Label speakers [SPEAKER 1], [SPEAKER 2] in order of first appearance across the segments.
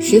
[SPEAKER 1] 十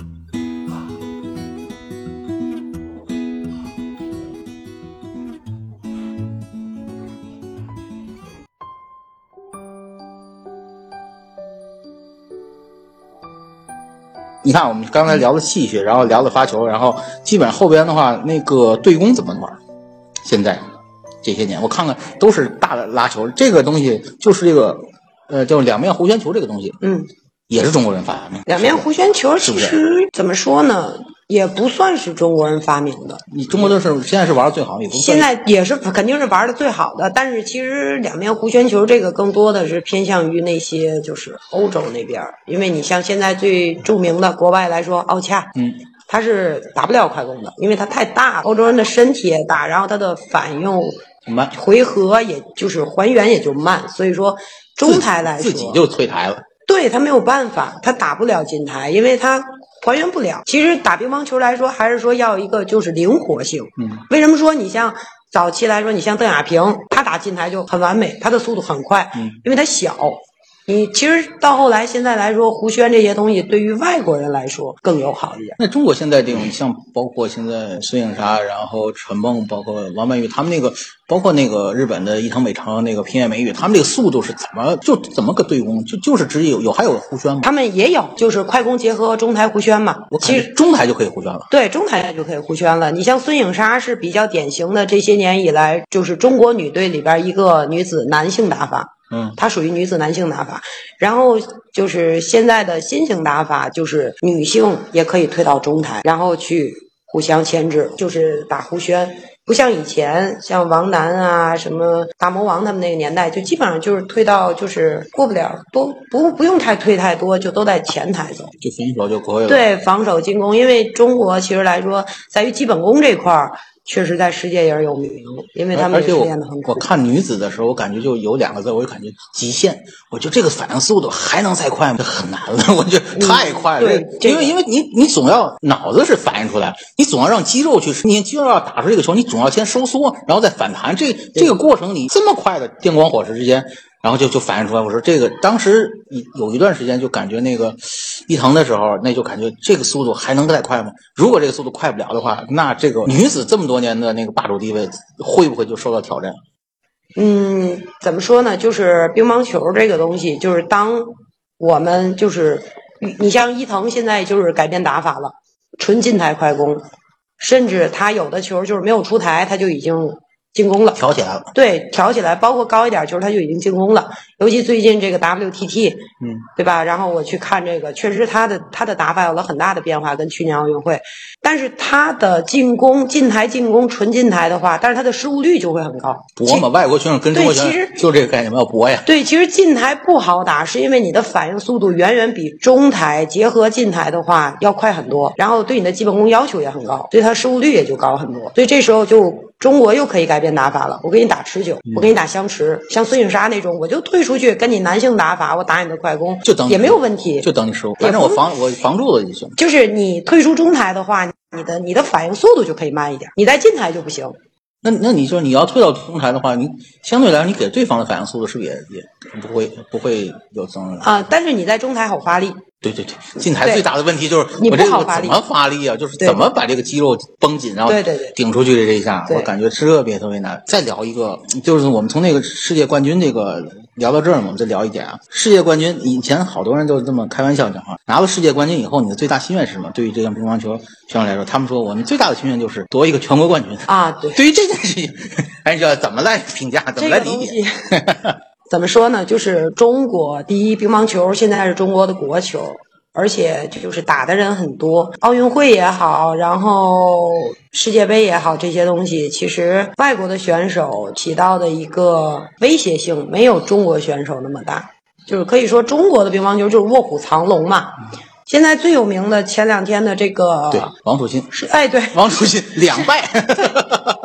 [SPEAKER 2] 你看，我们刚才聊了气血，然后聊了发球，然后基本后边的话，那个对攻怎么玩？现在这些年我看看都是大的拉球，这个东西就是这个呃叫两面弧圈球这个东西，
[SPEAKER 3] 嗯，
[SPEAKER 2] 也是中国人发明的。
[SPEAKER 3] 两面弧圈球
[SPEAKER 2] 是
[SPEAKER 3] 其
[SPEAKER 2] 不是
[SPEAKER 3] 实怎么说呢，也不算是中国人发明的，
[SPEAKER 2] 你中国队是现在是玩的最好，也不
[SPEAKER 3] 现在也是肯定是玩的最好的。但是其实两面弧圈球这个更多的是偏向于那些就是欧洲那边儿，因为你像现在最著名的国外来说，奥恰，
[SPEAKER 2] 嗯，
[SPEAKER 3] 他是打不了快攻的，因为他太大了，欧洲人的身体也大，然后他的反应
[SPEAKER 2] 很慢，
[SPEAKER 3] 回合也就是还原也就慢，所以说中台来说
[SPEAKER 2] 自己就退台了。
[SPEAKER 3] 对他没有办法，他打不了金台，因为他还原不了。其实打乒乓球来说，还是说要一个就是灵活性。
[SPEAKER 2] 嗯，
[SPEAKER 3] 为什么说你像早期来说，你像邓亚萍，她打金台就很完美，她的速度很快，
[SPEAKER 2] 嗯
[SPEAKER 3] 因为她小。你其实到后来现在来说，胡轩这些东西对于外国人来说更友好一点。
[SPEAKER 2] 那中国现在这种像包括现在孙颖莎，然后陈梦，包括王曼玉，他们那个包括那个日本的伊藤美诚，那个平野美宇，他们这个速度是怎么就怎么个对攻？就就是只有有还有弧圈吗？
[SPEAKER 3] 他们也有就是快攻结合中台胡轩嘛
[SPEAKER 2] 我，
[SPEAKER 3] 其
[SPEAKER 2] 感
[SPEAKER 3] 实
[SPEAKER 2] 觉中台就可以弧圈了。
[SPEAKER 3] 对，中台就可以互圈了。你像孙颖莎是比较典型的，这些年以来就是中国女队里边一个女子男性打法，
[SPEAKER 2] 嗯，
[SPEAKER 3] 它属于女子男性打法。然后就是现在的新型打法，就是女性也可以推到中台，然后去互相牵制，就是打弧圈。不像以前，像王楠啊、什么大魔王他们那个年代，就基本上就是推到就是过不了多不不用太推太多，就都在前台走。
[SPEAKER 2] 就随手就可以了。，
[SPEAKER 3] 对防守进攻，因为中国其实来说，在于基本功这块儿，确实在世界也是有名，因为他们
[SPEAKER 2] 哎而
[SPEAKER 3] 也
[SPEAKER 2] 且
[SPEAKER 3] 是
[SPEAKER 2] 我
[SPEAKER 3] 练得很
[SPEAKER 2] 我
[SPEAKER 3] 苦。
[SPEAKER 2] 看女子的时候，我感觉就有两个字，我就感觉极限。我觉得这个反应速度还能再快吗？这很难了，我觉得太快 了。因
[SPEAKER 3] 对
[SPEAKER 2] 为
[SPEAKER 3] 嗯这个
[SPEAKER 2] 因为你你总要脑子是反应出来，你总要让肌肉去，你肌肉要打出这个球，你总要先收缩，然后再反弹。这这个过程里这么快的电光火石之间。然后就就反应出来，我说这个当时有有一段时间就感觉那个伊藤的时候，那就感觉这个速度还能再快吗？如果这个速度快不了的话，那这个女子这么多年的那个霸主地位会不会就受到挑战？
[SPEAKER 3] 嗯，怎么说呢？就是乒乓球这个东西，就是当我们就是你你像伊藤现在就是改变打法了，纯近台快攻，甚至他有的球就是没有出台，他就已经进攻了。
[SPEAKER 2] 挑起来了。
[SPEAKER 3] 对，挑起来，包括高一点球，他就已经进攻了。尤其最近这个 WTT，
[SPEAKER 2] 嗯，
[SPEAKER 3] 对吧？然后我去看这个，确实他的他的打法有了很大的变化，跟去年奥运会。但是他的进攻近台进攻纯近台的话，但是他的失误率就会很高。
[SPEAKER 2] 搏嘛，外国选手跟中国选
[SPEAKER 3] 对其
[SPEAKER 2] 手
[SPEAKER 3] 实
[SPEAKER 2] 就是这个概念嘛，要搏呀。
[SPEAKER 3] 对，其实近台不好打，是因为你的反应速度远远比中台结合近台的话要快很多，然后对你的基本功要求也很高，所以它失误率也就高很多。所以这时候就中国又可以改变打法了，我给你打持久，
[SPEAKER 2] 嗯
[SPEAKER 3] 我给你打相持，像孙颖莎那种，我就退出去跟你男性打法，我打你的快攻，
[SPEAKER 2] 就等你
[SPEAKER 3] 也没有问题，
[SPEAKER 2] 就等你失误，
[SPEAKER 3] 也
[SPEAKER 2] 反正我
[SPEAKER 3] 不
[SPEAKER 2] 防我防住了就行。
[SPEAKER 3] 就是你退出中台的话，你的你的反应速度就可以慢一点，你在近台就不行。
[SPEAKER 2] 那那你说你要退到中台的话，你相对来说你给对方的反应速度是不是也也不会不会有增长？
[SPEAKER 3] 啊、但是你在中台好发力，
[SPEAKER 2] 对对对，近台
[SPEAKER 3] 对
[SPEAKER 2] 最大的问题就是
[SPEAKER 3] 你
[SPEAKER 2] 我
[SPEAKER 3] 不
[SPEAKER 2] 这个
[SPEAKER 3] 好发
[SPEAKER 2] 怎
[SPEAKER 3] 力
[SPEAKER 2] 么发力啊？就是
[SPEAKER 3] 对
[SPEAKER 2] 怎么把这个肌肉绷紧，然后
[SPEAKER 3] 对对对
[SPEAKER 2] 顶出去的这一下，
[SPEAKER 3] 对
[SPEAKER 2] 我感觉特别特别难。再聊一个，就是我们从那个世界冠军这个聊到这儿，我们再聊一点啊。世界冠军以前好多人都这么开玩笑讲话，拿了世界冠军以后，你的最大心愿是什么？对于这项乒乓球选手来说，他们说我们最大的心愿就是夺一个全国冠军。
[SPEAKER 3] 啊，对。
[SPEAKER 2] 对于这件事情，哎，要怎么来评价，怎么
[SPEAKER 3] 这
[SPEAKER 2] 来
[SPEAKER 3] 个
[SPEAKER 2] 理
[SPEAKER 3] 东
[SPEAKER 2] 解？
[SPEAKER 3] 西怎么说呢？就是中国第一，乒乓球现在是中国的国球，而且就是打的人很多。奥运会也好，然后世界杯也好，这些东西其实外国的选手起到的一个威胁性没有中国选手那么大，就是可以说中国的乒乓球就是卧虎藏龙嘛。现在最有名的前两天的这个
[SPEAKER 2] 嗯对，王楚钦，
[SPEAKER 3] 是哎对，
[SPEAKER 2] 王楚钦两败，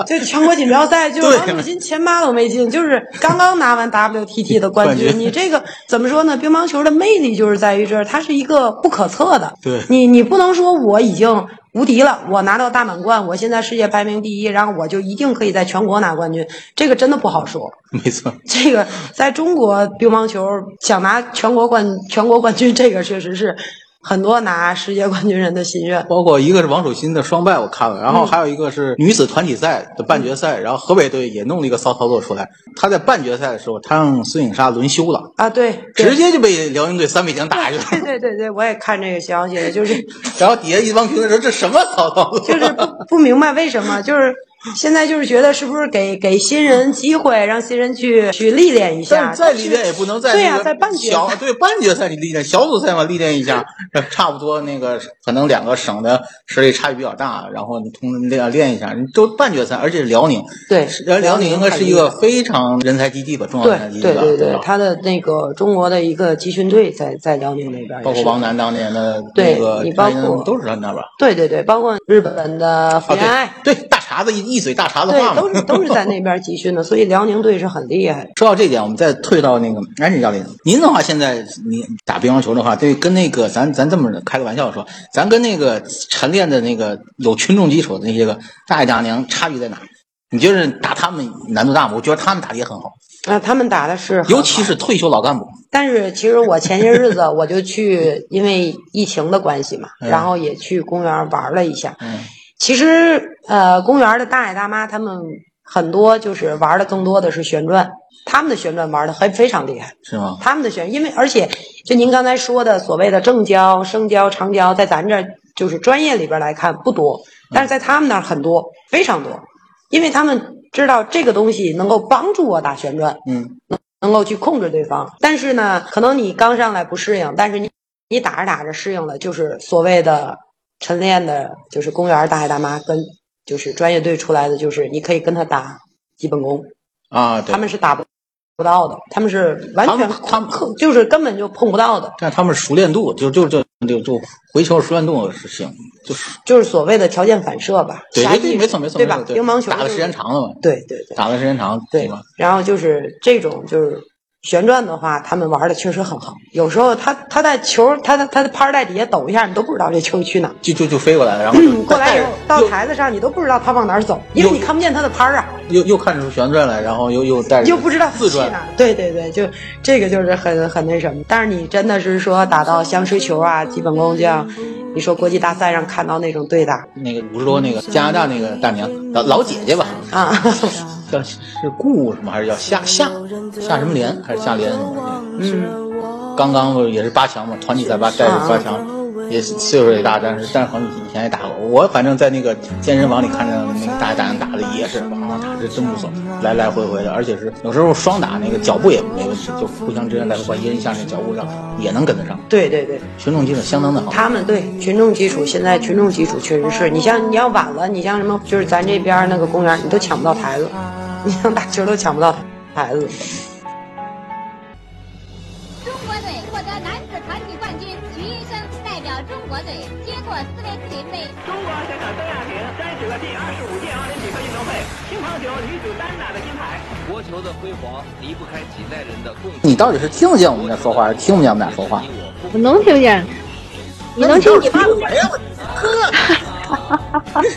[SPEAKER 3] 就全国锦标赛，就是
[SPEAKER 2] 对
[SPEAKER 3] 王楚钦前八都没进，就是刚刚拿完 WTT 的冠
[SPEAKER 2] 冠
[SPEAKER 3] 军。
[SPEAKER 2] 军
[SPEAKER 3] 你这个怎么说呢？乒乓球的魅力就是在于这儿，它是一个不可测的。
[SPEAKER 2] 对
[SPEAKER 3] 你，你不能说我已经无敌了，我拿到大满贯，我现在世界排名第一，然后我就一定可以在全国拿冠军，这个真的不好说。
[SPEAKER 2] 没错，
[SPEAKER 3] 这个在中国乒乓球想拿全国冠全国冠军，这个确实是很多拿世界冠军人的心愿。
[SPEAKER 2] 包括一个是王楚钦的双败我看了，然
[SPEAKER 3] 嗯
[SPEAKER 2] 后还有一个是女子团体赛的半决赛，然后河北队也弄了一个骚操作出来，他在半决赛的时候，他让孙颖莎轮休了。
[SPEAKER 3] 啊，对，对
[SPEAKER 2] 直接就被辽宁队三比零打下去
[SPEAKER 3] 对
[SPEAKER 2] 了，
[SPEAKER 3] 对对对，我也看这个消息了，就是
[SPEAKER 2] 然后底下一帮评论说这什么骚操作？
[SPEAKER 3] 就是不不明白为什么，就是现在就是觉得是不是给给新人机会，让新人去去历练一
[SPEAKER 2] 但
[SPEAKER 3] 下，
[SPEAKER 2] 是再历练也不能在
[SPEAKER 3] 对呀
[SPEAKER 2] 那个
[SPEAKER 3] 在半决
[SPEAKER 2] 小
[SPEAKER 3] 赛
[SPEAKER 2] 对半决赛你历练，小组赛嘛历练一下，差不多那个可能两个省的实力差距比较大，然后你通练练一下，你都半决赛，而且是辽宁，
[SPEAKER 3] 对
[SPEAKER 2] 辽
[SPEAKER 3] 辽
[SPEAKER 2] 辽宁
[SPEAKER 3] 宁
[SPEAKER 2] 应该
[SPEAKER 3] 很
[SPEAKER 2] 是一
[SPEAKER 3] 厉
[SPEAKER 2] 个非常人才基地吧，重要
[SPEAKER 3] 对
[SPEAKER 2] 人才基地
[SPEAKER 3] 对
[SPEAKER 2] 吧，
[SPEAKER 3] 对对
[SPEAKER 2] 吧，
[SPEAKER 3] 他的那个中国的一个集训队在在辽宁那边也是，
[SPEAKER 2] 包括王楠当年的
[SPEAKER 3] 对
[SPEAKER 2] 那个
[SPEAKER 3] 你包
[SPEAKER 2] 张琳
[SPEAKER 3] 括
[SPEAKER 2] 都是他那边儿
[SPEAKER 3] 对对对，包括日本的福
[SPEAKER 2] 啊，
[SPEAKER 3] 原爱，
[SPEAKER 2] 对对，大碴子一一嘴大碴子话
[SPEAKER 3] 对，
[SPEAKER 2] 嘛，
[SPEAKER 3] 都是都是在那边集训的，所以辽宁队是很厉害的。
[SPEAKER 2] 说到这点，我们再退到那个安妮教练，您的话现在你打乒乓球的话，对，跟那个咱咱这么开个玩笑说，咱跟那个晨练的那个有群众基础的那些个大爷大娘差距在哪？你觉得打他们难度大吗？我觉得他们打的也很好，
[SPEAKER 3] 那他们打的是很好，
[SPEAKER 2] 尤其是退休老干部，
[SPEAKER 3] 但是其实我前些日子我就去，因为疫情的关系嘛，
[SPEAKER 2] 嗯
[SPEAKER 3] 然后也去公园玩了一下。
[SPEAKER 2] 嗯
[SPEAKER 3] 其实呃，公园的大爷大妈他们很多就是玩的更多的是旋转，他们的旋转玩的很非常厉害。
[SPEAKER 2] 是吗？
[SPEAKER 3] 他们的选，因为而且就您刚才说的所谓的正交、生交、长交，在咱这儿就是专业里边来看不多，但是在他们那儿很多，非常多，因为他们知道这个东西能够帮助我打旋转，
[SPEAKER 2] 嗯，
[SPEAKER 3] 能够去控制对方。但是呢，可能你刚上来不适应，但是你你打着打着适应了，就是所谓的晨练的，就是公园大爷大妈跟就是专业队出来的，就是你可以跟他打基本功，
[SPEAKER 2] 啊，对
[SPEAKER 3] 他，们是打不不到的，他们是完全
[SPEAKER 2] 他们他们
[SPEAKER 3] 碰就是根本就碰不到的，
[SPEAKER 2] 但他们熟练度就就就就就回球熟练度是行，就是
[SPEAKER 3] 就是所谓的条件反射吧。
[SPEAKER 2] 对
[SPEAKER 3] 狭
[SPEAKER 2] 对
[SPEAKER 3] 义
[SPEAKER 2] 对，没错没错，
[SPEAKER 3] 对吧
[SPEAKER 2] 没？错
[SPEAKER 3] 乒乓球
[SPEAKER 2] 打的
[SPEAKER 3] 就
[SPEAKER 2] 时
[SPEAKER 3] 是
[SPEAKER 2] 间，长了嘛，
[SPEAKER 3] 对对对
[SPEAKER 2] 打的时间长
[SPEAKER 3] 对
[SPEAKER 2] 吧？。
[SPEAKER 3] 然后就是这种就是旋转的话，他们玩的确实很好。有时候他他在球他他他在拍带底下抖一下，你都不知道这球去哪儿。
[SPEAKER 2] 就就就飞过来了，然后就
[SPEAKER 3] 过来以后
[SPEAKER 2] 带
[SPEAKER 3] 到
[SPEAKER 2] 着又
[SPEAKER 3] 台子上，你都不知道他往哪儿走，因为
[SPEAKER 2] 有
[SPEAKER 3] 你看不见他的拍儿啊，
[SPEAKER 2] 又又看出旋转来，然后又又带着
[SPEAKER 3] 又不知道他
[SPEAKER 2] 自
[SPEAKER 3] 去哪
[SPEAKER 2] 转，
[SPEAKER 3] 儿。对对对，就这个就是很很那什么。但是你真的是说打到相持球啊、基本功这样，你说国际大赛上看到那种对打
[SPEAKER 2] 那个五十多那
[SPEAKER 3] 嗯
[SPEAKER 2] 个加拿大那个大娘老老姐姐吧，
[SPEAKER 3] 啊，
[SPEAKER 2] 叫是顾什么还是叫夏夏夏什么莲还是夏莲什么的？
[SPEAKER 3] 嗯，
[SPEAKER 2] 刚刚不是也是八强嘛，团体赛八带着八强，也是岁数也大，但是但是好像以前也打过。我反正在那个健身房里看着那个大爷大娘打的也是，哇哇打的真不错，来来回回的，而且是有时候双打那个脚步也没问题，就互相之间来回换，一人一下那脚步上也能跟得上，
[SPEAKER 3] 对对对。
[SPEAKER 2] 群众基础相当的好。
[SPEAKER 3] 他们对群众基础，现在群众基础确实是你像你要晚了，你像什么就是咱这边儿那个公园儿，你都抢不到台子，你想打球都抢不到台子。
[SPEAKER 4] 中国队获得男子团体冠军，徐医生代表中国队接过斯维克林杯。
[SPEAKER 5] 中国选手邓亚萍摘取了第二十五届奥林匹克运动会乒乓球女子单打的金牌。
[SPEAKER 6] 国球的辉煌离不开几代人的共同。
[SPEAKER 2] 你到底是听得见我们在说话，还是听不见我们俩说话？
[SPEAKER 7] 我能听见，你能听见？不是，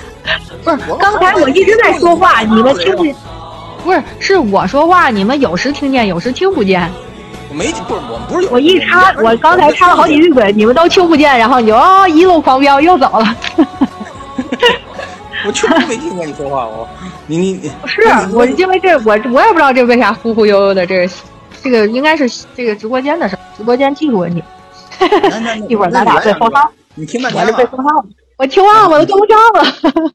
[SPEAKER 7] 刚才我一直在说话，你们听不？不是，是我说话，你们有时听见，有时听不见。
[SPEAKER 2] 我没不是我们不是有
[SPEAKER 7] 我一插，我刚才插了好几句嘴，你们都听不见，然后你就哦一路狂飙又走了。
[SPEAKER 2] 我确实没听见你说话，我你你你
[SPEAKER 7] 不 是，我因为这我我也不知道这为啥忽忽悠悠的，这个这个应该是这个直播间的事儿，直播间技术问题。 一会儿咱俩被封号，
[SPEAKER 2] 你听半
[SPEAKER 7] 我
[SPEAKER 2] 天
[SPEAKER 7] 是被
[SPEAKER 2] 了，
[SPEAKER 7] 封号了，我听忘了，我都跟不上了。